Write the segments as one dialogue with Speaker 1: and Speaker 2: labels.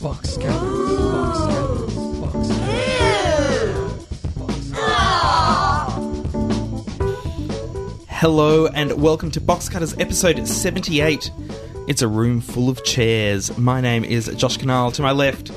Speaker 1: Fox Cowboys. Fox Cowboys. Fox Cowboys. Hello and welcome to Box Cutters episode 78. It's a room full of chairs. My name is Josh Canal. To my left,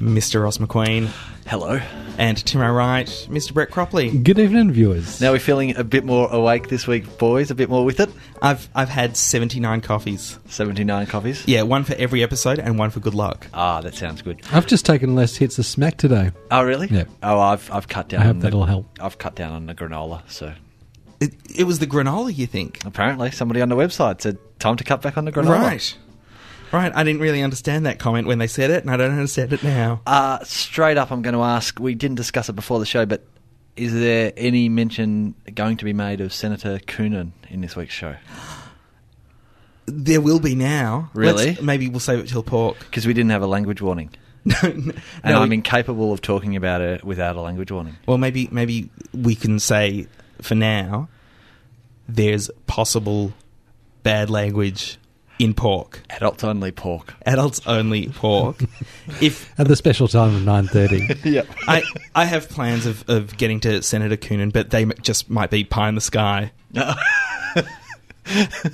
Speaker 1: Mr. Ross McQueen.
Speaker 2: Hello.
Speaker 1: And to my right, Mr. Brett Cropley.
Speaker 3: Good evening, viewers.
Speaker 2: Now we're feeling a bit more awake this week, boys. A bit more with it.
Speaker 1: I've, I've had 79 coffees.
Speaker 2: Seventy-nine coffees.
Speaker 1: Yeah, one for every episode and one for good luck.
Speaker 2: Ah, that sounds good.
Speaker 3: I've just taken less hits of smack today.
Speaker 2: Oh, really?
Speaker 3: Yep.
Speaker 2: Oh, I've I've cut down.
Speaker 3: I hope
Speaker 2: on
Speaker 3: that'll help.
Speaker 2: I've cut down on the granola. So
Speaker 1: It, it was the granola, you think?
Speaker 2: apparently, somebody on the website said time to cut back on the granola.
Speaker 1: Right. Right. I didn't really understand that comment when they said it, and I don't understand it now.
Speaker 2: Uh, straight up, I'm going to ask. We didn't discuss it before the show, but is there any mention going to be made of Senator Coonan in this week's show?
Speaker 1: There will be now.
Speaker 2: Really?
Speaker 1: maybe we'll save it till pork.
Speaker 2: Because we didn't have a language warning,
Speaker 1: no, no,
Speaker 2: and
Speaker 1: no,
Speaker 2: I'm
Speaker 1: we-
Speaker 2: incapable of talking about it without a language warning.
Speaker 1: well, maybe maybe we can say for now there's possible bad language in pork.
Speaker 2: Adults only pork.
Speaker 1: Adults only pork. if
Speaker 3: At the special time of nine thirty,
Speaker 2: Yep.
Speaker 1: I I have plans of, of getting to Senator Coonan, but they m- just might be pie in the sky.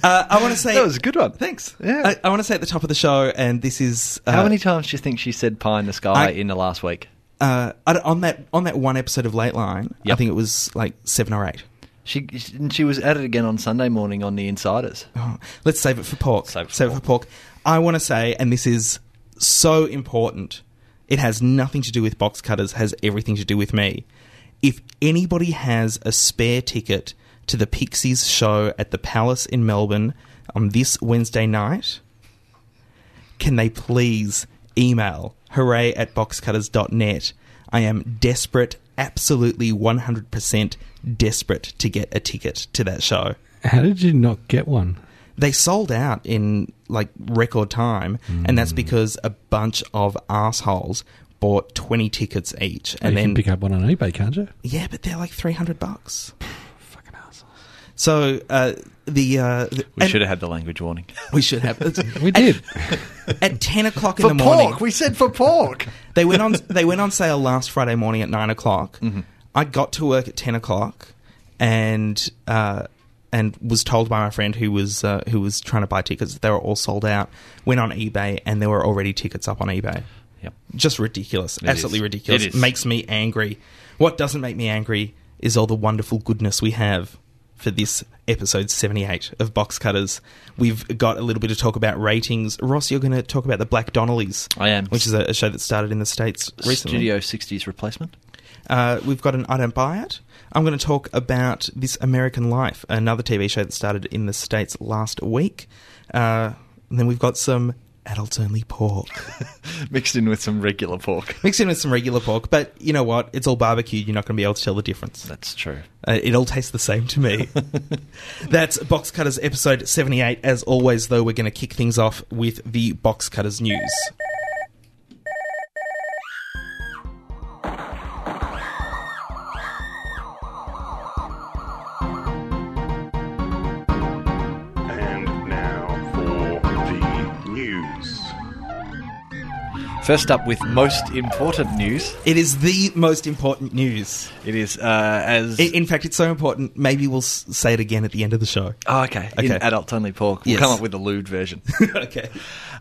Speaker 1: Uh, I want to say
Speaker 2: That was a good one.
Speaker 1: Thanks.
Speaker 2: Yeah. Uh-huh.
Speaker 1: I, I want to say at the top of the show, and this is uh,
Speaker 2: How many times do you think she said pie in the sky
Speaker 1: I-
Speaker 2: in the last week?
Speaker 1: uh, I don't- on that on that one episode of Late Line. I
Speaker 2: Yep.
Speaker 1: think it was like seven or eight.
Speaker 2: She and she was at it again on Sunday morning on the Insiders.
Speaker 1: Oh, let's save it for pork.
Speaker 2: Save it for
Speaker 1: it for pork. I want to say, and this is so important. It has nothing to do with box cutters. Has everything to do with me. If anybody has a spare ticket to the Pixies show at the Palace in Melbourne on this Wednesday night, can they please email hooray at boxcutters.net? I am desperate, absolutely 100% desperate to get a ticket to that show
Speaker 3: how did you not get one?
Speaker 1: they sold out in like record time, and
Speaker 3: Mm.
Speaker 1: that's because a bunch of assholes bought twenty tickets each, and
Speaker 3: Oh, you
Speaker 1: then
Speaker 3: can pick up one on eBay, can't you?
Speaker 1: yeah, but they're like three hundred bucks.
Speaker 3: Fucking assholes.
Speaker 1: So uh, the, uh, the-
Speaker 2: We
Speaker 1: and
Speaker 2: should have had the language warning.
Speaker 1: we should have
Speaker 3: We did.
Speaker 1: at, at ten o'clock in the morning.
Speaker 2: we said for pork.
Speaker 1: They went on they went on sale last Friday morning at nine o'clock. I got to work at ten o'clock, and uh, and was told by my friend who was uh, who was trying to buy tickets that they were all sold out. Went on eBay, and there were already tickets up on eBay.
Speaker 2: yep.
Speaker 1: Just ridiculous,
Speaker 2: It
Speaker 1: absolutely
Speaker 2: is.
Speaker 1: ridiculous.
Speaker 2: It is.
Speaker 1: Makes me angry. What doesn't make me angry is all the wonderful goodness we have. For this episode 78 of Box Cutters, we've got a little bit to talk about ratings. Ross, you're going to talk about the Black Donnellys
Speaker 2: I am.
Speaker 1: which is a, a show that started in the states recently.
Speaker 2: Studio 60's replacement.
Speaker 1: Uh, we've got an I don't buy it. I'm going to talk about this American Life, another TV show that started in the states last week. Uh, and then we've got some adults only pork
Speaker 2: Mixed in with some regular pork.
Speaker 1: mixed in with some regular pork. But you know what? It's all barbecued. You're not going to be able to tell the difference.
Speaker 2: That's true.
Speaker 1: Uh, it all tastes the same to me. That's Box Cutters episode 78. As always, though, we're going to kick things off with the Box Cutters news.
Speaker 4: And now for the news.
Speaker 2: First up with most important news.
Speaker 1: It is the most important news.
Speaker 2: It is uh, as
Speaker 1: I- In fact, it's so important. Maybe we'll s- say it again at the end of the show.
Speaker 2: oh, okay. In
Speaker 1: Okay.
Speaker 2: adult only pork. We'll
Speaker 1: Yes.
Speaker 2: come up with a lewd version.
Speaker 1: okay.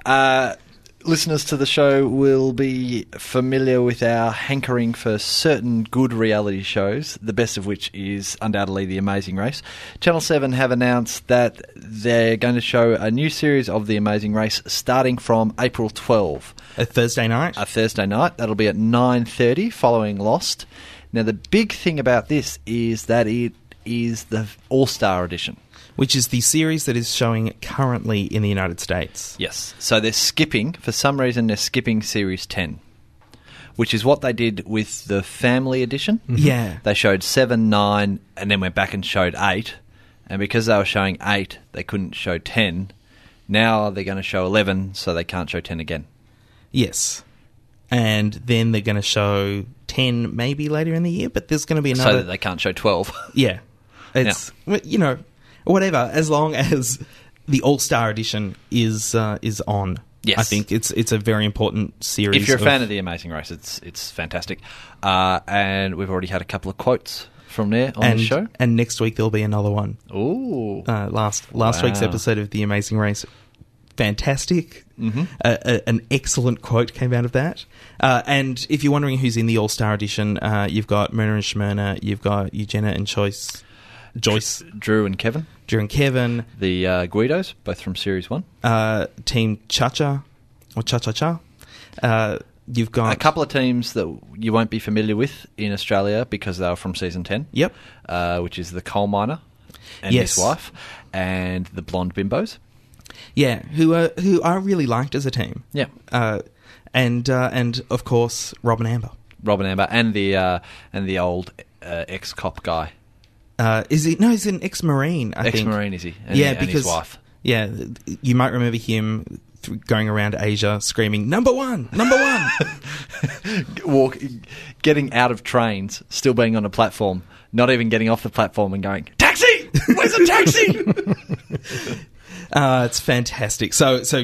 Speaker 2: Uh, listeners to the show will be familiar with our hankering for certain good reality shows, the best of which is undoubtedly The Amazing Race. Channel 7 have announced that they're going to show a new series of The Amazing Race starting from April 12
Speaker 1: A Thursday night.
Speaker 2: a Thursday night. That'll be at 9:30 following Lost. Now the big thing about this is that it is the All-Star edition.
Speaker 1: which is the series that is showing currently in the United States.
Speaker 2: Yes. So they're skipping, for some reason, they're skipping Series 10, which is what they did with the Family Edition.
Speaker 1: Yeah.
Speaker 2: They showed 7, 9, and then went back and showed 8. And because they were showing 8, they couldn't show 10. Now they're going to show 11, so they can't show 10 again.
Speaker 1: Yes. And then they're going to show 10 maybe later in the year, but there's going to be
Speaker 2: So
Speaker 1: another.
Speaker 2: that they can't show 12.
Speaker 1: yeah. It's, well, you know, whatever, as long as the All Star Edition is uh, is on.
Speaker 2: Yes.
Speaker 1: I think it's it's a very important series.
Speaker 2: If you're a fan
Speaker 1: of
Speaker 2: of The Amazing Race, it's it's fantastic. Uh, and we've already had a couple of quotes from there on
Speaker 1: and,
Speaker 2: the show.
Speaker 1: and next week there'll be another one.
Speaker 2: Ooh.
Speaker 1: Uh, last last
Speaker 2: Wow.
Speaker 1: week's episode of The Amazing Race, fantastic.
Speaker 2: Mhm.
Speaker 1: Uh, a, an excellent quote came out of that. Uh, and if you're wondering who's in the All Star edition, uh, you've got Myrna and Shmurna, you've got Eugenia and Joyce, Joyce,
Speaker 2: Drew and Kevin,
Speaker 1: Drew and Kevin,
Speaker 2: the uh, Guidos, both from Series 1.
Speaker 1: uh, Team Cha Cha or Cha Cha Cha. Uh, you've got
Speaker 2: A couple of teams that you won't be familiar with in Australia because they were from Season 10.
Speaker 1: Yep.
Speaker 2: Uh, which is the coal miner and
Speaker 1: Yes.
Speaker 2: his wife and the blonde bimbos.
Speaker 1: Yeah, who uh, who I really liked as a team.
Speaker 2: Yeah.
Speaker 1: Uh, and uh, and of course Robin Amber.
Speaker 2: Robin Amber and the uh, and the old uh, ex cop guy.
Speaker 1: Uh, is he? No, he's an ex-marine. I think.
Speaker 2: Ex-marine, is he? And-
Speaker 1: yeah,
Speaker 2: and his
Speaker 1: because
Speaker 2: wife.
Speaker 1: yeah, you might remember him th- going around Asia screaming "Number one, number one."
Speaker 2: Walk, getting out of trains, still being on a platform, not even getting off the platform and going taxi. Where's a taxi?
Speaker 1: uh, it's fantastic. So so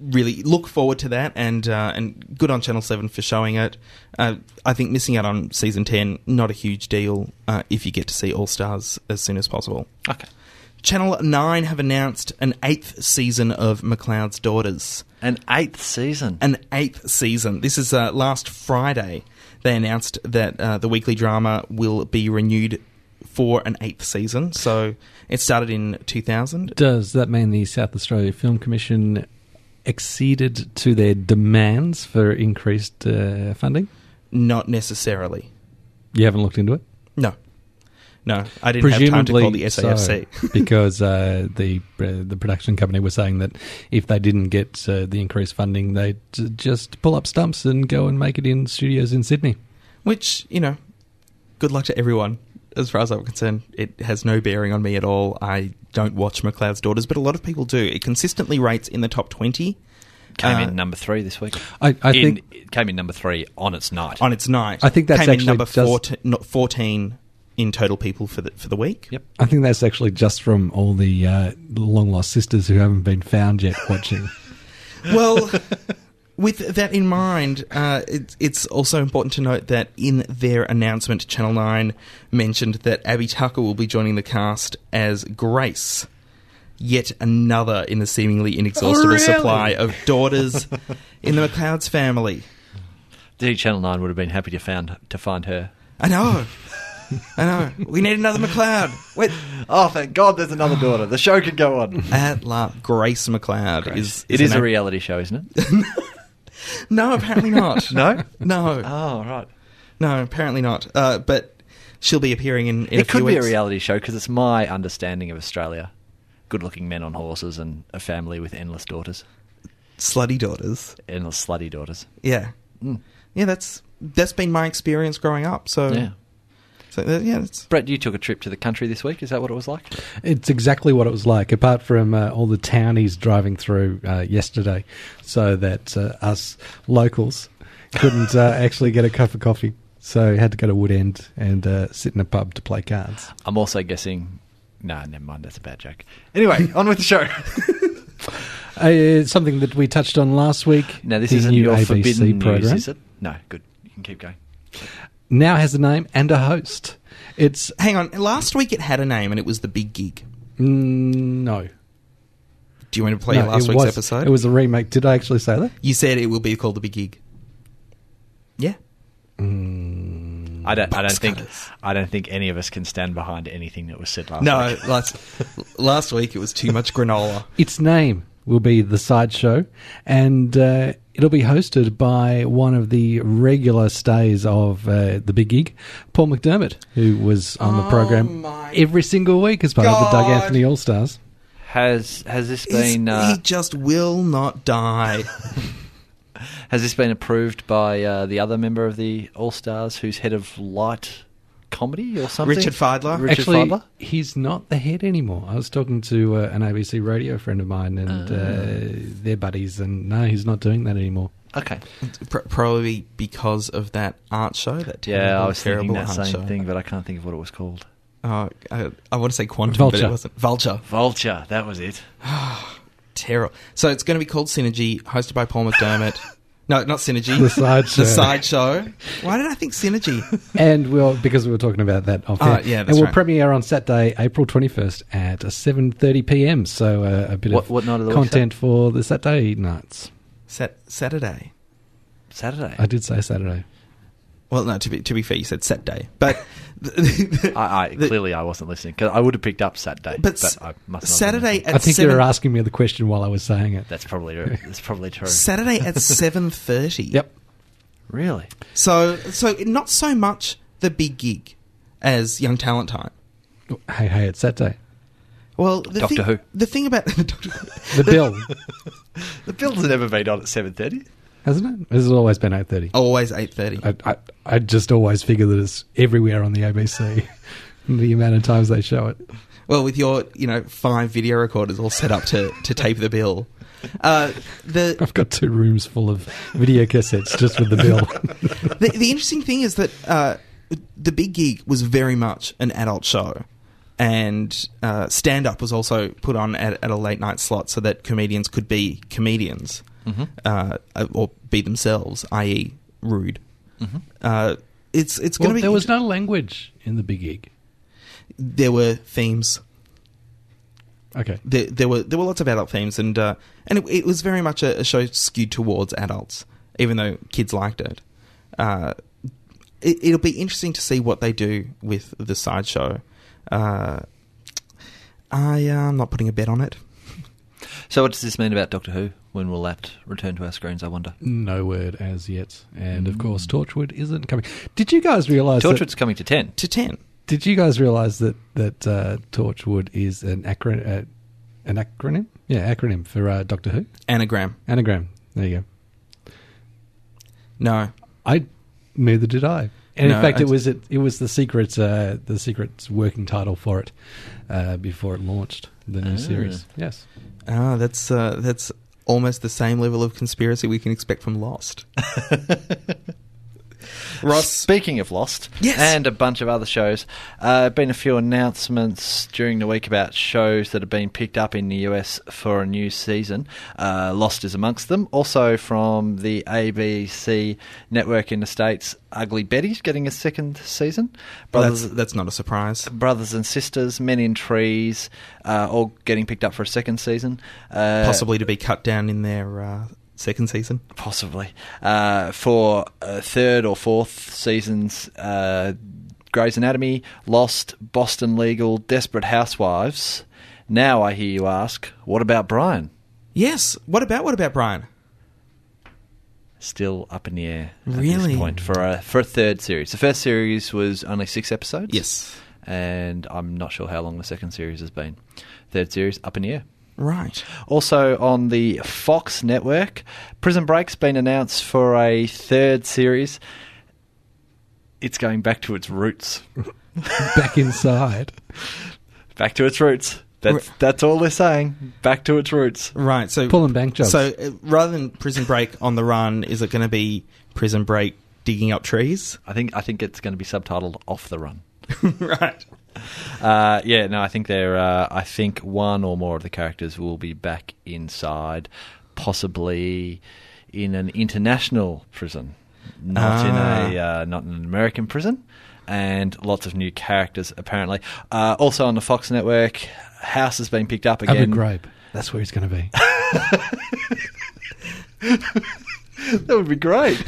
Speaker 1: really look forward to that, and uh, and good on Channel Seven for showing it. Uh, I think missing out on season ten not a huge deal uh, if you get to see All Stars as soon as possible.
Speaker 2: okay.
Speaker 1: Channel 9 have announced an eighth season of McLeod's Daughters.
Speaker 2: An eighth season.
Speaker 1: An eighth season. This is uh, last Friday. They announced that uh, the weekly drama will be renewed for an eighth season. So it started in 2000.
Speaker 3: Does that mean the South Australia Film Commission acceded to their demands for increased uh, funding?
Speaker 1: Not necessarily.
Speaker 3: You haven't looked into it?
Speaker 1: No. No. I didn't have time to call the SAFC.
Speaker 3: so, because uh, the uh, the production company was saying that if they didn't get uh, the increased funding, they'd j- just pull up stumps and go and make it in studios in Sydney.
Speaker 1: Which, you know, good luck to everyone. As far as I'm concerned, it has no bearing on me at all. I don't watch McLeod's Daughters, but a lot of people do. It consistently rates in the top 20
Speaker 2: came
Speaker 1: uh,
Speaker 2: in number three this week.
Speaker 3: I, I
Speaker 2: in,
Speaker 3: think
Speaker 2: it came in number three on its night.
Speaker 1: on its night.
Speaker 3: I think that's
Speaker 1: Came in
Speaker 3: actually
Speaker 1: number
Speaker 3: just-
Speaker 1: 14, not 14 in total people for the, for the week.
Speaker 2: Yep.
Speaker 3: I think that's actually just from all the uh, long lost sisters who haven't been found yet watching.
Speaker 1: Well, with that in mind, uh, it, it's also important to note that in their announcement, Channel 9 mentioned that Abby Tucker will be joining the cast as Grace. Yet another in the seemingly inexhaustible
Speaker 2: really?
Speaker 1: supply of daughters in the McLeod's family.
Speaker 2: D Channel Nine would have been happy to found to find her.
Speaker 1: I know. I know. We need another McLeod. Wait.
Speaker 2: Oh, thank God! There's another daughter. The show could go on.
Speaker 1: At la Grace McLeod is,
Speaker 2: it is
Speaker 1: an
Speaker 2: a
Speaker 1: act-
Speaker 2: reality show, isn't it?
Speaker 1: No, apparently not.
Speaker 2: No?
Speaker 1: no,
Speaker 2: oh, right.
Speaker 1: no, apparently not. Uh, but she'll be appearing in. in a
Speaker 2: it
Speaker 1: few
Speaker 2: could be
Speaker 1: weeks.
Speaker 2: a reality show because it's my understanding of Australia: good-looking men on horses and a family with endless daughters,
Speaker 1: Slutty daughters.
Speaker 2: endless slutty daughters.
Speaker 1: Yeah,
Speaker 2: Mm.
Speaker 1: yeah. That's that's been my experience growing up. So
Speaker 2: Yeah.
Speaker 1: so uh, yeah. It's,
Speaker 2: Brett, you took a trip to the country this week. Is that what it was like?
Speaker 3: It's exactly what it was like, apart from uh, all the townies driving through uh, yesterday, so that uh, us locals couldn't uh, actually get a cup of coffee. So had to go to Woodend and uh, sit in a pub to play cards.
Speaker 2: I'm also guessing. No, never mind. That's a bad joke. Anyway, on with the show.
Speaker 3: Uh, something that we touched on last week.
Speaker 2: now, this
Speaker 3: the
Speaker 2: isn't your
Speaker 3: ABC
Speaker 2: forbidden news,
Speaker 3: program.
Speaker 2: is it? No, good. You can keep going.
Speaker 3: Now has a name and a host. It's
Speaker 1: hang on. Last week it had a name and it was the big gig.
Speaker 3: mm, no.
Speaker 1: Do you want to play
Speaker 3: No,
Speaker 1: last
Speaker 3: it
Speaker 1: week's
Speaker 3: was,
Speaker 1: episode?
Speaker 3: It was a remake. Did I actually say that?
Speaker 1: You said it will be called the big gig. Yeah.
Speaker 2: I don't. I don't
Speaker 1: Box
Speaker 2: think.
Speaker 1: cutters.
Speaker 2: I don't think any of us can stand behind anything that was said last
Speaker 1: No,
Speaker 2: week.
Speaker 1: last last week it was too much granola.
Speaker 3: Its name will be The Sideshow, and uh, it'll be hosted by one of the regular stays of uh, The Big Gig, Paul McDermott, who was on the program
Speaker 1: Oh my
Speaker 3: every single week as part of the Doug
Speaker 1: God.
Speaker 3: Anthony All Stars.
Speaker 2: Has Has this
Speaker 1: He's-
Speaker 2: been uh,
Speaker 1: he just will not die.
Speaker 2: Has this been approved by uh, the other member of the All Stars, who's head of light comedy or something?
Speaker 1: Richard Feidler?
Speaker 2: Richard
Speaker 3: Actually,
Speaker 2: Feidler.
Speaker 3: he's not the head anymore. I was talking to uh, an ABC radio friend of mine and uh, their buddies, and no, he's not doing that anymore.
Speaker 2: Okay.
Speaker 1: Pr- probably because of that art show. That terrible,
Speaker 2: Yeah, I was thinking
Speaker 1: terrible
Speaker 2: that
Speaker 1: art
Speaker 2: same
Speaker 1: show.
Speaker 2: thing, but I can't think of what it was called.
Speaker 1: Oh, I, I want to say quantum, but
Speaker 3: Vulture.
Speaker 1: it wasn't. Vulture.
Speaker 2: Vulture. That was it.
Speaker 1: terrible. So it's going to be called Synergy, hosted by Paul McDermott. no, not Synergy.
Speaker 3: The side show.
Speaker 1: The side show. Why did I think Synergy?
Speaker 3: and we'll because we were talking about that off
Speaker 1: Ah,
Speaker 3: air.
Speaker 1: yeah, that's
Speaker 3: and we'll
Speaker 1: right.
Speaker 3: premiere on Saturday, April twenty first at seven thirty p.m. So uh, a bit
Speaker 2: What-
Speaker 3: of
Speaker 2: what night of the week,
Speaker 3: content for the Saturday nights.
Speaker 1: Sat- Saturday.
Speaker 2: Saturday.
Speaker 3: I did say Saturday.
Speaker 1: Well, no. To be to be fair, you said Saturday, but
Speaker 2: I, I
Speaker 1: the-
Speaker 2: clearly I wasn't listening because I would have picked up Saturday,
Speaker 1: but,
Speaker 2: but,
Speaker 1: s-
Speaker 2: I must not have
Speaker 1: Saturday
Speaker 2: listened.
Speaker 1: at
Speaker 3: I think
Speaker 1: seven,
Speaker 3: you were asking me the question while I was saying it.
Speaker 2: That's probably that's probably true.
Speaker 1: Saturday at seven thirty.
Speaker 3: Yep.
Speaker 2: Really?
Speaker 1: So so not so much the big gig as Young Talent Time.
Speaker 3: Hey, hey, it's Saturday.
Speaker 1: Well, the
Speaker 2: Doctor
Speaker 1: thing,
Speaker 2: Who.
Speaker 1: The thing about Doctor Who.
Speaker 3: The bill,
Speaker 2: The bill's never been on at seven thirty.
Speaker 3: hasn't it? This has always been eight thirty.
Speaker 1: always eight thirty.
Speaker 3: I, I I just always figure that it's everywhere on the ABC. the amount of times they show it.
Speaker 1: Well, with your you know five video recorders all set up to, to tape the bill, uh, the,
Speaker 3: I've got two rooms full of video cassettes just with the bill.
Speaker 1: the the interesting thing is that uh, the big gig was very much an adult show, and uh, stand up was also put on at, at a late night slot so that comedians could be comedians
Speaker 3: Mm-hmm.
Speaker 1: uh, or be themselves, i.e., rude.
Speaker 2: Mm-hmm.
Speaker 1: Uh, it's it's going to be
Speaker 3: there was no language in the big gig.
Speaker 1: there were themes.
Speaker 3: Okay.
Speaker 1: there, there were there were lots of adult themes, and uh, and it, it was very much a, a show skewed towards adults, even though kids liked it. Uh, it it'll be interesting to see what they do with the sideshow. Uh, I uh, I'm not putting a bet on it.
Speaker 2: So what does this mean about Doctor Who? When will that return to our screens? I wonder.
Speaker 3: No word as yet, and of course, Torchwood isn't coming. Did you guys realize? That,
Speaker 2: Torchwood's coming to ten.
Speaker 1: To ten,
Speaker 3: did you guys realize that that uh, Torchwood is an acronym? Uh, an acronym? Yeah, acronym for uh, Doctor Who
Speaker 1: anagram.
Speaker 3: anagram. There you go.
Speaker 1: No,
Speaker 3: I neither did I. And
Speaker 1: No,
Speaker 3: in fact,
Speaker 1: I-
Speaker 3: it was it, it was the secret uh, the secret's working title for it uh, before it launched the new
Speaker 2: Ah.
Speaker 3: series. Yes,
Speaker 1: ah, that's uh, that's almost the same level of conspiracy we can expect from Lost. Ross,
Speaker 2: Speaking of Lost,
Speaker 1: Yes.
Speaker 2: and a bunch of other shows, uh, been a few announcements during the week about shows that have been picked up in the US for a new season. Uh, Lost is amongst them. Also from the ABC network in the states, Ugly Betty's getting a second season.
Speaker 1: well, that's that's not a surprise.
Speaker 2: Brothers and Sisters, Men in Trees, uh, all getting picked up for a second season. Uh,
Speaker 1: possibly to be cut down in their uh, second season.
Speaker 2: Possibly. Uh, for uh, third or fourth seasons, uh, Grey's Anatomy, Lost, Boston Legal, Desperate Housewives. Now I hear you ask, what about Brian?
Speaker 1: Yes. What about what about Brian?
Speaker 2: Still up in the air at
Speaker 1: Really?
Speaker 2: this point for a, for a third series. The first series was only six episodes.
Speaker 1: Yes.
Speaker 2: And I'm not sure how long the second series has been. Third series, up in the air.
Speaker 1: Right.
Speaker 2: Also on the Fox network, Prison Break's been announced for a third series. It's going back to its roots.
Speaker 3: back inside.
Speaker 2: Back to its roots. That's
Speaker 1: Right.
Speaker 2: that's all they're saying. Back to its roots.
Speaker 1: Right. So
Speaker 3: Pulling bank jobs.
Speaker 1: So uh, rather than Prison Break on the run, is it going to be Prison Break digging up trees?
Speaker 2: I think I think it's going to be subtitled "Off the Run."
Speaker 1: right.
Speaker 2: Uh, yeah, no, I think they're. Uh, I think one or more of the characters will be back inside, possibly in an international prison, not
Speaker 1: Ah.
Speaker 2: in a uh, not in an American prison, and lots of new characters apparently. Uh, also on the Fox network, House has been picked up
Speaker 3: Abu
Speaker 2: again.
Speaker 3: Ghraib. That's where he's going to be.
Speaker 2: That would be great.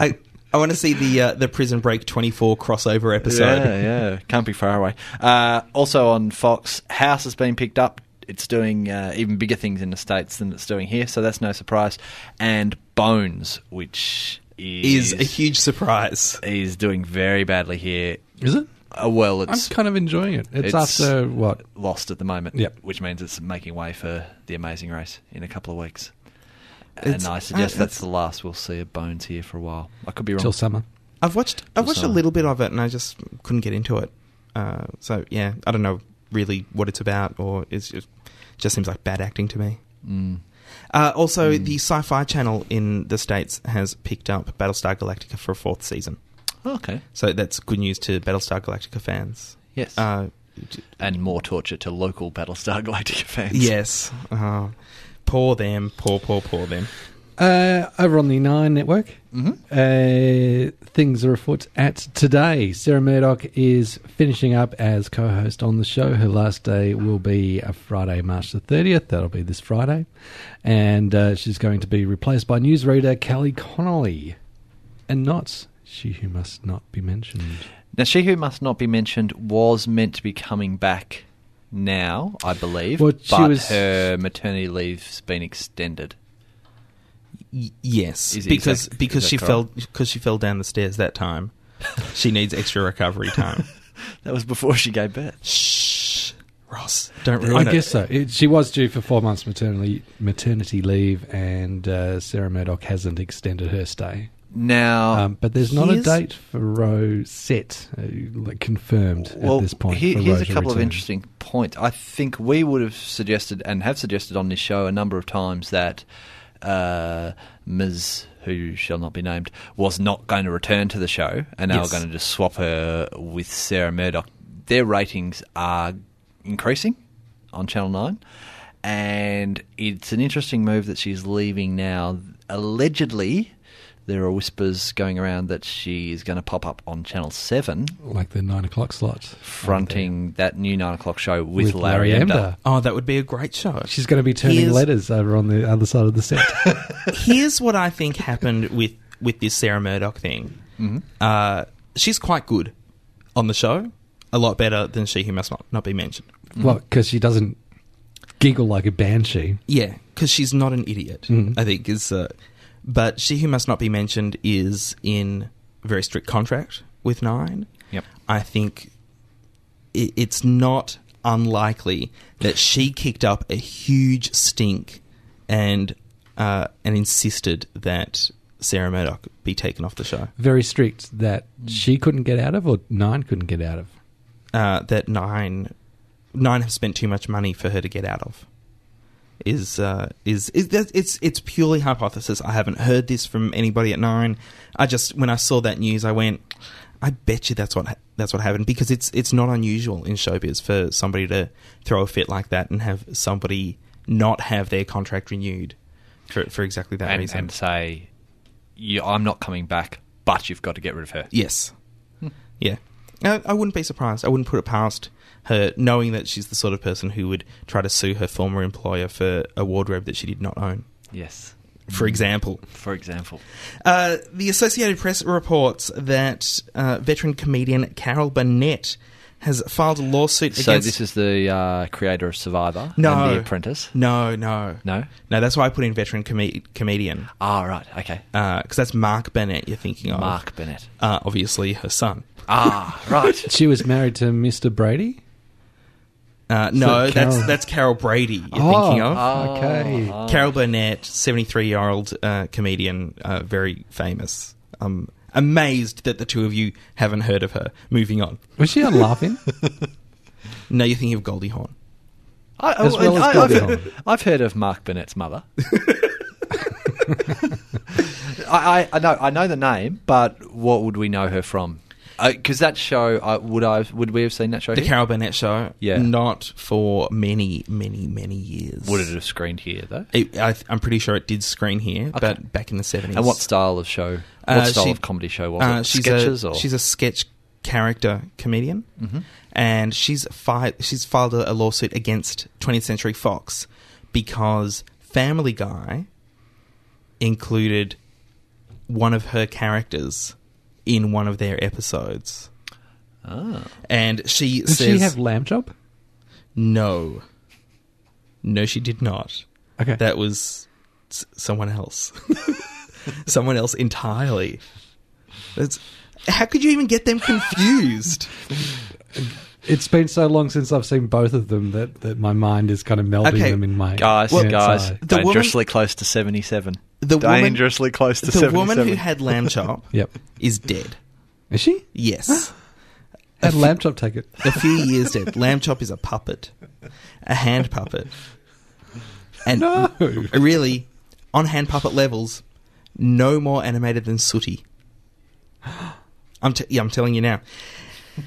Speaker 1: I I want to see the uh, the Prison Break twenty four crossover episode.
Speaker 2: Yeah, yeah, can't be far away. Uh, also on Fox, House has been picked up. It's doing uh, even bigger things in the states than it's doing here, so that's no surprise. And Bones, which
Speaker 1: Is
Speaker 2: is
Speaker 1: a huge surprise.
Speaker 2: is doing very badly here.
Speaker 3: Is it?
Speaker 2: Uh, well,
Speaker 3: I'm
Speaker 2: it's
Speaker 3: kind of enjoying it. It's,
Speaker 2: It's-
Speaker 3: after what?
Speaker 2: lost at the moment,
Speaker 3: Yep.
Speaker 2: which means it's making way for the Amazing Race in a couple of weeks.
Speaker 1: It's-
Speaker 2: and I suggest
Speaker 1: uh,
Speaker 2: that's
Speaker 1: it's-
Speaker 2: the last we'll see of Bones here for a while. I could be wrong.
Speaker 3: Till summer.
Speaker 1: I've watched I've watched a
Speaker 2: Also-
Speaker 1: little bit of it and I just couldn't get into it. Uh, so yeah, I don't know really what it's about or it's just just seems like bad acting to me.
Speaker 2: Mm.
Speaker 1: Uh, also,
Speaker 2: Mm.
Speaker 1: the Sci-Fi Channel in the states has picked up Battlestar Galactica for a fourth season,
Speaker 2: Oh, Okay.
Speaker 1: so that's good news to Battlestar Galactica fans.
Speaker 2: Yes.
Speaker 1: Uh,
Speaker 2: and more torture to local Battlestar Galactica fans.
Speaker 1: Yes. Oh, poor them. Poor, poor, poor them.
Speaker 3: Uh, over on the Nine Network,
Speaker 2: Mm-hmm.
Speaker 3: uh, things are afoot at today. Sarah Murdoch is finishing up as co host on the show. Her last day will be a Friday, March the 30th. That'll be this Friday. And uh, she's going to be replaced by newsreader Callie Connolly. And not she who must not be mentioned.
Speaker 2: Now, She Who Must Not Be Mentioned was meant to be coming back now, I believe,
Speaker 3: Well, she
Speaker 2: but
Speaker 3: was-
Speaker 2: her maternity leave's been extended.
Speaker 1: Y- yes,
Speaker 2: Is- is
Speaker 1: because
Speaker 2: that-
Speaker 1: because
Speaker 2: is that
Speaker 1: she
Speaker 2: correct?
Speaker 1: fell because she fell down the stairs that time. she needs extra recovery time.
Speaker 2: That was before she gave birth.
Speaker 1: Shh, Ross, don't
Speaker 3: I
Speaker 1: ruin it.
Speaker 3: guess so. It, she was due for four months maternity maternity leave, and uh, Sarah Murdoch hasn't extended her stay.
Speaker 2: Now,
Speaker 3: Um, but there's not a
Speaker 2: Oh. here's-
Speaker 3: date for Roe set, uh, like confirmed
Speaker 2: well,
Speaker 3: at this point.
Speaker 2: here-
Speaker 3: for Roe
Speaker 2: here's a
Speaker 3: to
Speaker 2: couple of
Speaker 3: return.
Speaker 2: interesting points. I think we would have suggested and have suggested on this show a number of times that uh, Ms. Who shall not be named was not going to return to the show, and now
Speaker 1: Yes.
Speaker 2: we're going to just swap her with Sarah Murdoch. Their ratings are increasing on Channel Nine, and it's an interesting move that she's leaving now. Allegedly, there are whispers going around that she is going to pop up on Channel Seven
Speaker 3: Like the nine o'clock slot.
Speaker 2: fronting that new nine o'clock show with, Larry, Emder.
Speaker 1: Oh, that would be a great show.
Speaker 3: She's going to be turning
Speaker 1: Here's-
Speaker 3: letters over on the other side of the set.
Speaker 1: Here's what I think happened with with this Sarah Murdoch thing. Uh, she's quite good on the show, a lot better than she who must not, not be mentioned.
Speaker 3: well, because she doesn't giggle like a banshee.
Speaker 1: Yeah, because she's not an idiot. I think is, uh, but she who must not be mentioned is in very strict contract with Nine.
Speaker 2: Yep.
Speaker 1: I think i it's not unlikely that she kicked up a huge stink and uh, and insisted that Sarah Murdoch be taken off the show.
Speaker 3: Very strict that she couldn't get out of, or nine couldn't get out of.
Speaker 1: Uh, that Nine Nine have spent too much money for her to get out of. Is uh, is is that's- it's it's purely hypothesis. I haven't heard this from anybody at Nine. I just when I saw that news, I went, I bet you that's what ha- that's what happened because it's it's not unusual in showbiz for somebody to throw a fit like that and have somebody not have their contract renewed for for exactly that
Speaker 2: and,
Speaker 1: reason.
Speaker 2: and say, you, I'm not coming back, but you've got to get rid of her.
Speaker 1: Yes. Yeah. I, I wouldn't be surprised. I wouldn't put it past her, knowing that she's the sort of person who would try to sue her former employer for a wardrobe that she did not own,
Speaker 2: Yes,
Speaker 1: for example.
Speaker 2: for example.
Speaker 1: Uh, the Associated Press reports that uh, veteran comedian Carol Burnett has filed a lawsuit
Speaker 2: So
Speaker 1: against.
Speaker 2: this is the uh, creator of Survivor
Speaker 1: No.
Speaker 2: and The Apprentice.
Speaker 1: No, no.
Speaker 2: No?
Speaker 1: No, that's why I put in veteran com- comedian,
Speaker 2: Ah, right. Okay.
Speaker 1: because that's Mark Burnett you're thinking of.
Speaker 2: Mark Bennett.
Speaker 1: Uh, obviously, her son.
Speaker 2: Ah, right.
Speaker 3: She was married to Mr. Brady.
Speaker 1: Uh, no,
Speaker 3: So
Speaker 1: that's
Speaker 3: Carol-
Speaker 1: that's Carol Brady you're
Speaker 3: Oh,
Speaker 1: thinking of.
Speaker 2: Ah.
Speaker 1: Ah.
Speaker 3: Okay.
Speaker 2: Oh.
Speaker 1: Carol Burnett, 73 year old uh, comedian, uh, very famous. I'm amazed that the two of you haven't heard of her. Moving on.
Speaker 3: Was she on laughing?
Speaker 1: Now you're thinking of Goldie Hawn.
Speaker 2: I,
Speaker 3: As well as
Speaker 2: have
Speaker 3: Goldilocks.
Speaker 2: heard, I've heard of Mark Bennett's mother. I, I, I know I know the name, but what would we know her from? Because that show, I, would I would we have seen that show?
Speaker 1: The
Speaker 2: here?
Speaker 1: Carol Burnett show,
Speaker 2: Yeah.
Speaker 1: not for many, many, many years.
Speaker 2: Would it have screened here though?
Speaker 1: It- I, th- I'm pretty sure it did screen here, but back in the 70s.
Speaker 2: And what style of show? What
Speaker 1: Uh,
Speaker 2: style
Speaker 1: she-
Speaker 2: of comedy show was
Speaker 1: uh,
Speaker 2: it?
Speaker 1: she's
Speaker 2: Sketches
Speaker 1: a,
Speaker 2: or Mm-hmm.
Speaker 1: she's a sketch character comedian, and she's fi- she's filed a, a lawsuit against 20th Century Fox because Family Guy included one of her characters in one of their episodes,
Speaker 2: ah.
Speaker 1: and she
Speaker 3: Did
Speaker 1: says
Speaker 3: she have lamb chop?
Speaker 1: no, no, she did not.
Speaker 3: Okay.
Speaker 1: That was s- someone else. someone else entirely. That's how could you even get them confused?
Speaker 3: It's been so long since I've seen both of them that, that my mind is kind of melding
Speaker 1: Okay,
Speaker 3: them in my
Speaker 2: guys,
Speaker 1: Well,
Speaker 2: guys,
Speaker 3: eye.
Speaker 1: the woman-
Speaker 2: dangerously close to seventy-seven.
Speaker 1: The woman-
Speaker 2: dangerously close to
Speaker 1: the
Speaker 2: seventy-seven.
Speaker 1: woman who had lamb chop
Speaker 3: Yep.
Speaker 1: is dead.
Speaker 3: Is she?
Speaker 1: Yes.
Speaker 3: How did lamb chop take it?
Speaker 1: A few years dead. Lamb chop is a puppet. A hand puppet. And
Speaker 3: No.
Speaker 1: really, on hand puppet levels, no more animated than Sooty. I'm, t- yeah, I'm telling you now.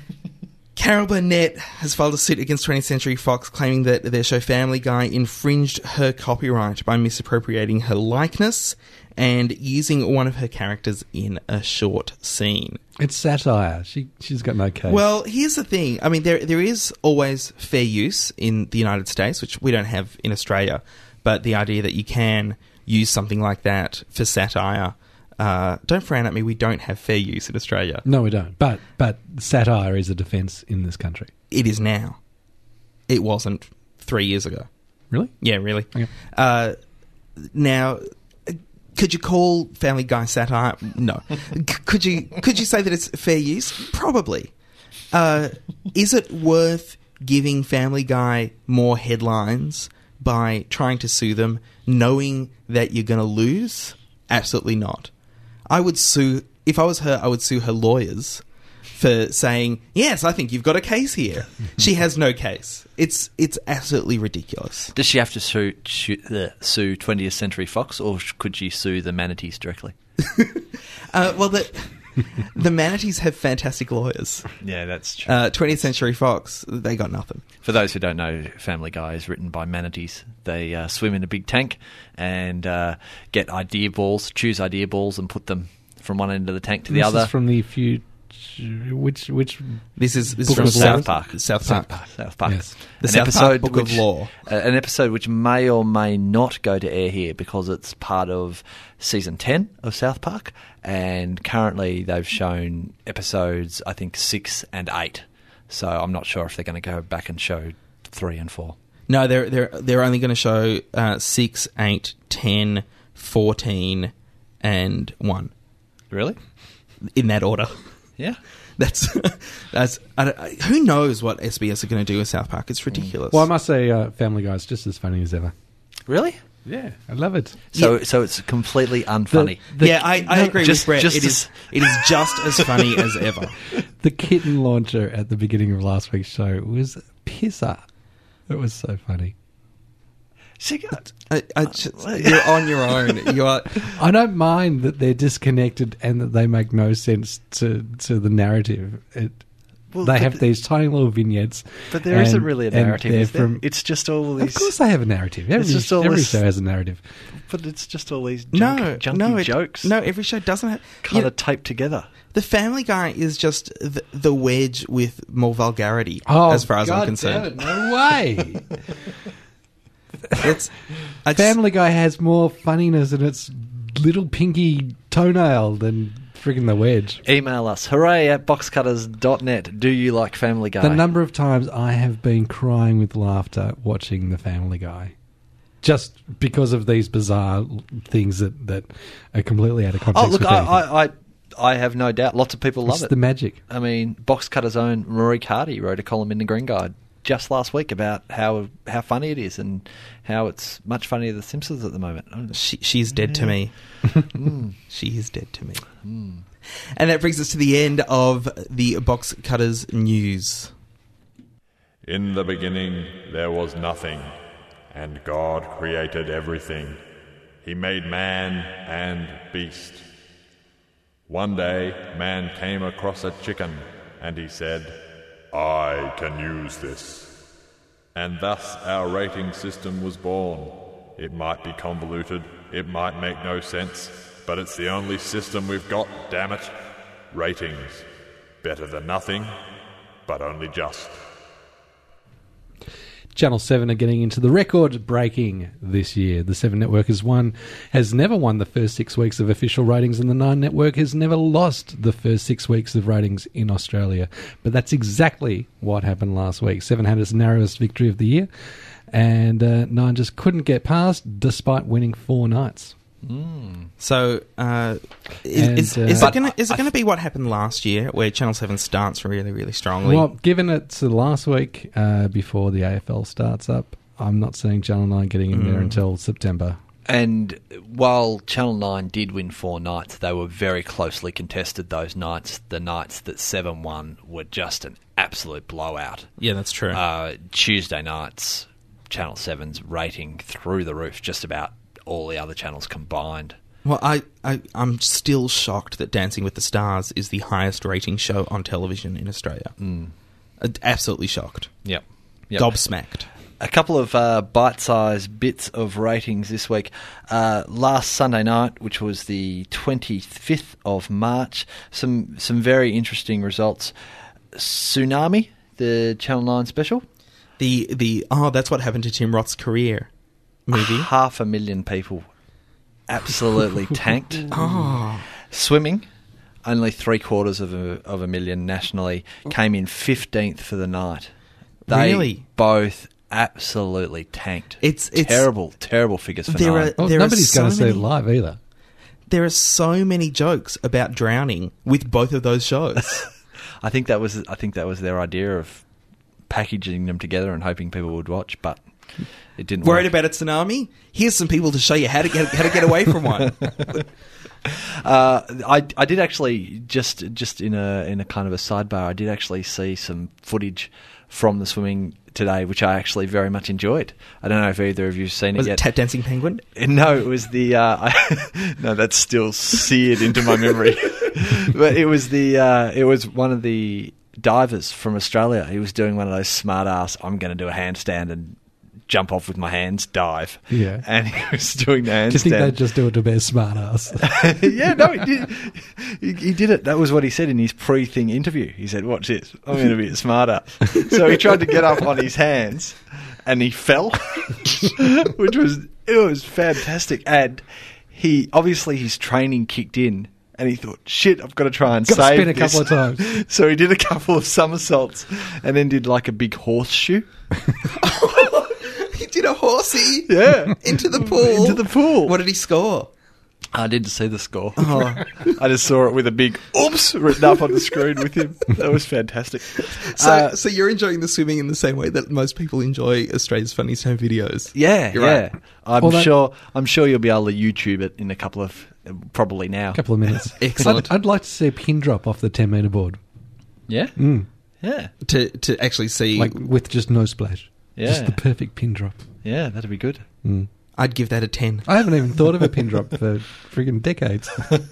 Speaker 1: Carol Burnett has filed a suit against 20th Century Fox claiming that their show Family Guy infringed her copyright by misappropriating her likeness and using one of her characters in a short scene.
Speaker 3: It's satire. She she's got no case.
Speaker 1: Well, here's the thing. I mean, there there is always fair use in the United States, which we don't have in Australia. But the idea that you can use something like that for satire, uh, don't frown at me. We don't have fair use in Australia.
Speaker 3: no, we don't. But but satire is a defence in this country.
Speaker 1: It is now. It wasn't three years ago.
Speaker 3: Really?
Speaker 1: Yeah, really.
Speaker 3: Okay.
Speaker 1: Uh, now, could you call Family Guy satire? No. C- could you could you say that it's fair use? Probably. Uh, is it worth giving Family Guy more headlines by trying to sue them, knowing that you're going to lose? Absolutely not. I would sue if I was her. I would sue her lawyers for saying yes. I think you've got a case here. she has no case. It's it's absolutely ridiculous.
Speaker 2: Does she have to sue sue, uh, sue 20th Century Fox, or sh- could she sue the manatees directly?
Speaker 1: Uh, well, the, the manatees have fantastic lawyers.
Speaker 2: Yeah, that's true.
Speaker 1: Uh, 20th Century Fox, they got nothing.
Speaker 2: For those who don't know, Family Guy is written by manatees. They uh, swim in a big tank and uh, get idea balls, choose idea balls, and put them from one end of the tank to the
Speaker 3: this
Speaker 2: other.
Speaker 3: is from the future. Which which
Speaker 1: This is this is
Speaker 3: Book
Speaker 1: from
Speaker 3: of
Speaker 1: South
Speaker 3: Law.
Speaker 1: Park. South Park.
Speaker 2: Ah, South Park.
Speaker 3: Yes.
Speaker 1: The South Park Book of Law.
Speaker 2: uh, an episode which may or may not go to air here because it's part of season 10 of South Park. And currently they've shown episodes, I think, 6 and 8. So I'm not sure if they're going to go back and show 3 and 4.
Speaker 1: No, they're they're they're only going to show uh, 6, 8, 10, 14 and 1
Speaker 2: Really?
Speaker 1: in that order.
Speaker 2: Yeah.
Speaker 1: That's that's I don't- I- who knows what SBS are going to do with South Park. It's ridiculous.
Speaker 3: Mm. well, I must say, uh, Family Guy is just as funny as ever.
Speaker 2: Really?
Speaker 3: Yeah, I love it.
Speaker 2: So, so it's completely unfunny.
Speaker 1: yeah, I, I
Speaker 3: no,
Speaker 1: agree
Speaker 2: just-
Speaker 1: with Brett.
Speaker 2: just
Speaker 1: it is
Speaker 2: as-
Speaker 1: it is just as funny as ever.
Speaker 3: The kitten launcher at the beginning of last week's show was pisser. It was so funny.
Speaker 2: See, uh,
Speaker 1: I, I just,
Speaker 3: Uh,
Speaker 1: you're on your own. You are
Speaker 3: I don't mind that they're disconnected and that they make no sense to, to the narrative. It,
Speaker 2: Well,
Speaker 3: they
Speaker 2: but
Speaker 3: have
Speaker 2: the-
Speaker 3: these tiny little vignettes.
Speaker 2: but there not
Speaker 3: and-
Speaker 2: really a
Speaker 3: and
Speaker 2: narrative.
Speaker 3: they're
Speaker 2: Is there?
Speaker 3: from-
Speaker 2: it's just all
Speaker 3: of
Speaker 2: these.
Speaker 3: course, they have a narrative. Every,
Speaker 2: just all
Speaker 3: every
Speaker 2: this-
Speaker 3: show has a narrative.
Speaker 2: But it's just all these junk,
Speaker 1: no
Speaker 2: junky
Speaker 1: no it-
Speaker 2: jokes.
Speaker 1: No, every show doesn't have you
Speaker 2: kind
Speaker 1: know,
Speaker 2: of taped together.
Speaker 1: The Family Guy is just the, the wedge with more vulgarity, as far as I'm
Speaker 3: Oh, God
Speaker 1: concerned.
Speaker 3: damn it, no way.
Speaker 1: It's I just-
Speaker 3: Family Guy has more funniness in its little pinky toenail than friggin' the wedge.
Speaker 2: Email us hooray at boxcutters.net. Do you like Family Guy?
Speaker 3: The number of times I have been crying with laughter watching The Family Guy. Just because of these bizarre l- things that, that are completely out of context.
Speaker 2: oh, look,
Speaker 3: with
Speaker 2: I,
Speaker 3: anything.
Speaker 2: I, I, I have no doubt lots of people love
Speaker 3: it's
Speaker 2: it.
Speaker 3: the magic.
Speaker 2: I mean, Boxcutter's own Rory Carty wrote a column in the Green Guide just last week about how how funny it is and how it's much funnier than The Simpsons at the moment. I'm-
Speaker 1: she, she's dead to me.
Speaker 3: Mm.
Speaker 1: she is dead to me. And that brings us to the end of the box cutters news.
Speaker 4: In the beginning, there was nothing, and God created everything. He made man and beast. One day, man came across a chicken, and he said, I can use this. And thus our rating system was born. It might be convoluted, it might make no sense, but it's the only system we've got, damn it. Ratings. Better than nothing, but only just.
Speaker 3: Channel 7 are getting into the record breaking this year. The 7 network has won has never won the first 6 weeks of official ratings and the 9 network has never lost the first 6 weeks of ratings in Australia. But that's exactly what happened last week. 7 had its narrowest victory of the year and uh, 9 just couldn't get past despite winning 4 nights.
Speaker 1: So, uh, is,
Speaker 3: And,
Speaker 1: is,
Speaker 3: uh,
Speaker 1: is it
Speaker 3: But
Speaker 1: gonna is
Speaker 2: I-
Speaker 1: it gonna be what happened last year, where Channel Seven starts really, really strongly?
Speaker 3: Well, given it's the last week uh, before the AFL starts up, I'm not seeing Channel 9 getting in
Speaker 1: Hmm.
Speaker 3: there until September.
Speaker 2: And while Channel 9 did win four nights, they were very closely contested those nights. The nights that 7 won were just an absolute blowout.
Speaker 1: yeah, that's true.
Speaker 2: Uh, Tuesday nights, Channel 7's rating through the roof, just about all the other channels combined.
Speaker 1: well, I, I I'm still shocked that Dancing with the Stars is the highest rating show on television in Australia. Uh, Absolutely shocked.
Speaker 5: Yep.
Speaker 2: Mm. Yep.
Speaker 1: Gobsmacked.
Speaker 2: A couple of uh, bite sized bits of ratings this week. Uh, last Sunday night, which was the 25th of March, some, some very interesting results. Tsunami, the Channel 9 special,
Speaker 1: The the oh, that's what happened to Tim Roth's career. Movie.
Speaker 2: half a million people absolutely tanked. Ah.
Speaker 1: Oh.
Speaker 2: Swimming, only three quarters of a, of a million nationally, came in 15th for the night. They
Speaker 1: Oh. Really?
Speaker 2: both absolutely tanked.
Speaker 1: It's- it's-
Speaker 2: terrible, terrible figures for
Speaker 1: There
Speaker 2: nine.
Speaker 1: are-
Speaker 3: Oh,
Speaker 1: There
Speaker 3: nobody's
Speaker 1: so
Speaker 3: going to see it
Speaker 1: many-
Speaker 3: live either.
Speaker 1: There are so many jokes about drowning with both of those shows.
Speaker 2: I think that was I think that was their idea of packaging them together and hoping people would watch, but it didn't
Speaker 1: Worried
Speaker 2: work.
Speaker 1: about a tsunami? Here's some people to show you how to get how to get away from one.
Speaker 2: Uh, I I did actually just just in a in a kind of a sidebar, I did actually see some footage from the swimming today, which I actually very much enjoyed. I don't know if either of you've seen
Speaker 1: Was
Speaker 2: it
Speaker 1: it
Speaker 2: yet.
Speaker 1: tap dancing penguin?
Speaker 2: No, it was the. Uh, I, no, that's still seared into my memory. but it was the. Uh, it was one of the divers from Australia. He was doing one of those smart ass. I'm going to do a handstand and jump off with my hands. Dive.
Speaker 3: Yeah.
Speaker 2: And he was doing the handstand.
Speaker 3: Do you think they'd just do it to be a smart ass?
Speaker 2: yeah, no, he did. He, he did it. That was what he said in his pre-thing interview. He said, "Watch this. I'm going to be smarter." So he tried to get up on his hands, and he fell, which was it was fantastic. And he obviously his training kicked in, and he thought, "Shit, I've got to try and
Speaker 3: Gotta
Speaker 2: save
Speaker 3: spin a
Speaker 2: this."
Speaker 3: couple of times.
Speaker 2: So he did a couple of somersaults, and then did like a big horseshoe.
Speaker 1: he did a horsey.
Speaker 2: Yeah.
Speaker 1: Into the pool.
Speaker 2: Into the pool.
Speaker 1: What did he score?
Speaker 2: I didn't see the score. I just saw it with a big oops written up on the screen with him. That was fantastic.
Speaker 1: So,
Speaker 2: Uh,
Speaker 1: so you're enjoying the swimming in the same way that most people enjoy Australia's Funniest Home Videos.
Speaker 2: yeah,
Speaker 1: You're
Speaker 2: yeah.
Speaker 1: right.
Speaker 2: I'm
Speaker 3: Although-
Speaker 2: sure. I'm sure you'll be able to YouTube it in a couple of probably now.
Speaker 3: couple of minutes.
Speaker 1: Excellent.
Speaker 3: I'd, I'd like to see a pin drop off the 10 metre board.
Speaker 2: Yeah,
Speaker 3: Mm.
Speaker 2: yeah,
Speaker 1: To to actually see,
Speaker 3: Like with just no splash. Just
Speaker 2: Yeah.
Speaker 3: the perfect pin drop.
Speaker 2: yeah. That'd be good.
Speaker 3: Mm.
Speaker 1: I'd give that a ten.
Speaker 3: I haven't even thought of a pin drop for friggin' decades.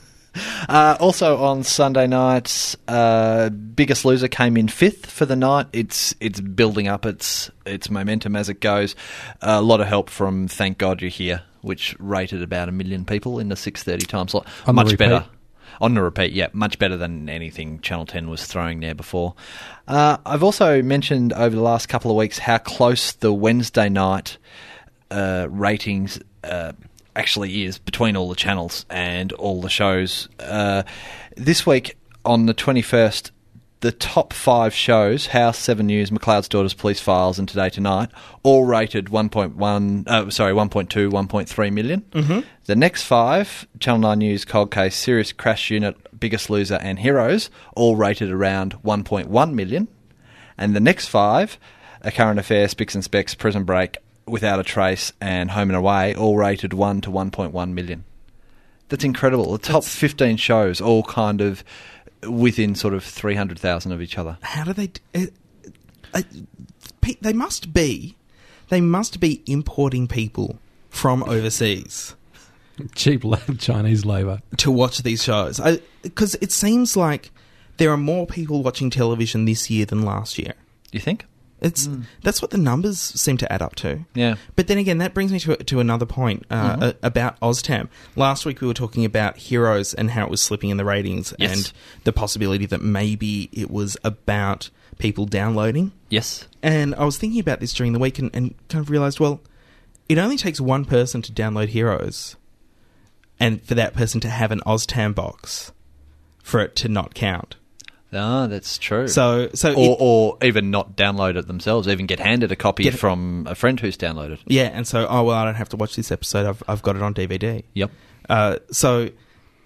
Speaker 2: Uh, also on Sunday night, uh, Biggest Loser came in fifth for the night. It's it's building up its its momentum as it goes. a lot of help from Thank God You're Here, which rated about a million people in the six thirty time slot.
Speaker 3: On the
Speaker 2: much
Speaker 3: repeat?
Speaker 2: better on the repeat. Yeah, much better than anything Channel Ten was throwing there before. Uh, I've also mentioned over the last couple of weeks how close the Wednesday night uh, ratings uh, actually is between all the channels and all the shows. Uh, this week on the 21st, the top five shows House, Seven News, McLeod's Daughters, Police Files, and Today Tonight all rated 1.1, uh, sorry, 1.2, 1.3 Mm-hmm. The next five, Channel 9 News, Cold Case, Serious Crash Unit, Biggest Loser, and Heroes, all rated around 1.1 million. And the next five, A Current Affair, Spicks and Specks, Prison Break, Without a Trace, and Home and Away, all rated 1 to 1.1 million. That's incredible. The top 15 shows all kind of within sort of 300,000 of each other.
Speaker 1: How do they? d- Uh, uh, pe- they must be, they must be importing people from overseas
Speaker 3: Cheap la- Chinese labour.
Speaker 1: to watch these shows. Because it seems like there are more people watching television this year than last year.
Speaker 2: You think?
Speaker 1: It's
Speaker 2: Hmm.
Speaker 1: that's what the numbers seem to add up to.
Speaker 2: Yeah.
Speaker 1: But then again, that brings me to to another point uh,
Speaker 2: Mm-hmm.
Speaker 1: a- about Oztam. Last week we were talking about Heroes and how it was slipping in the ratings,
Speaker 2: Yes.
Speaker 1: and the possibility that maybe it was about people downloading.
Speaker 2: Yes.
Speaker 1: And I was thinking about this during the week and, and kind of realized, well, it only takes one person to download Heroes, and for that person to have an Oztam box, for it to not count.
Speaker 2: Ah, that's true.
Speaker 1: So, so
Speaker 2: or,
Speaker 1: it-
Speaker 2: or even not download it themselves, even get handed a copy
Speaker 1: Get it-
Speaker 2: from a friend who's downloaded.
Speaker 1: yeah, and so oh well, I don't have to watch this episode. I've I've got it on DVD.
Speaker 2: Yep.
Speaker 1: Uh, so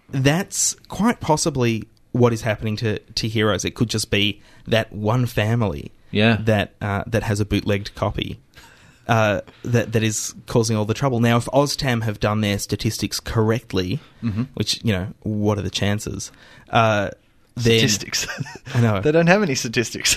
Speaker 1: that's quite possibly what is happening to, to heroes. It could just be that one family
Speaker 2: Yeah.
Speaker 1: that uh, that has a bootlegged copy uh, that that is causing all the trouble. Now, if Oztam have done their statistics correctly,
Speaker 2: Mm-hmm.
Speaker 1: which you know, what are the chances? Uh, then,
Speaker 2: Statistics.
Speaker 1: I know.
Speaker 2: they don't have any statistics.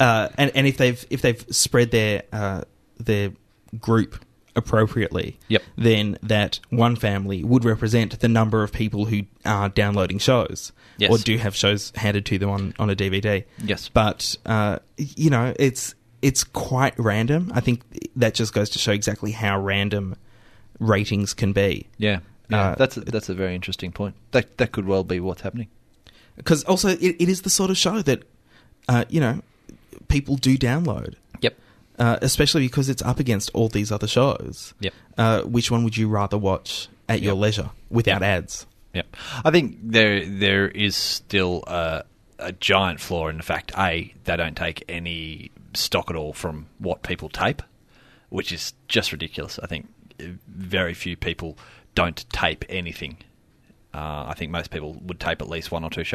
Speaker 1: Uh, and and if they've if they've spread their uh, their group appropriately,
Speaker 2: Yep.
Speaker 1: then that one family would represent the number of people who are downloading shows
Speaker 2: Yes.
Speaker 1: or do have shows handed to them on, on a DVD.
Speaker 2: Yes.
Speaker 1: But, uh, you know, it's it's quite random. I think that just goes to show exactly how random ratings can be.
Speaker 2: Yeah. Yeah,
Speaker 1: Uh,
Speaker 2: that's a, that's a very interesting point. That that could well be what's happening.
Speaker 1: Because also, it, it is the sort of show that, uh, you know, people do download.
Speaker 2: Yep.
Speaker 1: uh, especially because it's up against all these other shows.
Speaker 2: Yep.
Speaker 1: Uh, which one would you rather watch at your
Speaker 2: Yep.
Speaker 1: leisure without ads?
Speaker 2: Yep. I think there there is still a, a giant flaw in the fact a they don't take any stock at all from what people tape, which is just ridiculous. I think very few people don't tape anything. Uh, I think most people would tape at least one or two shows.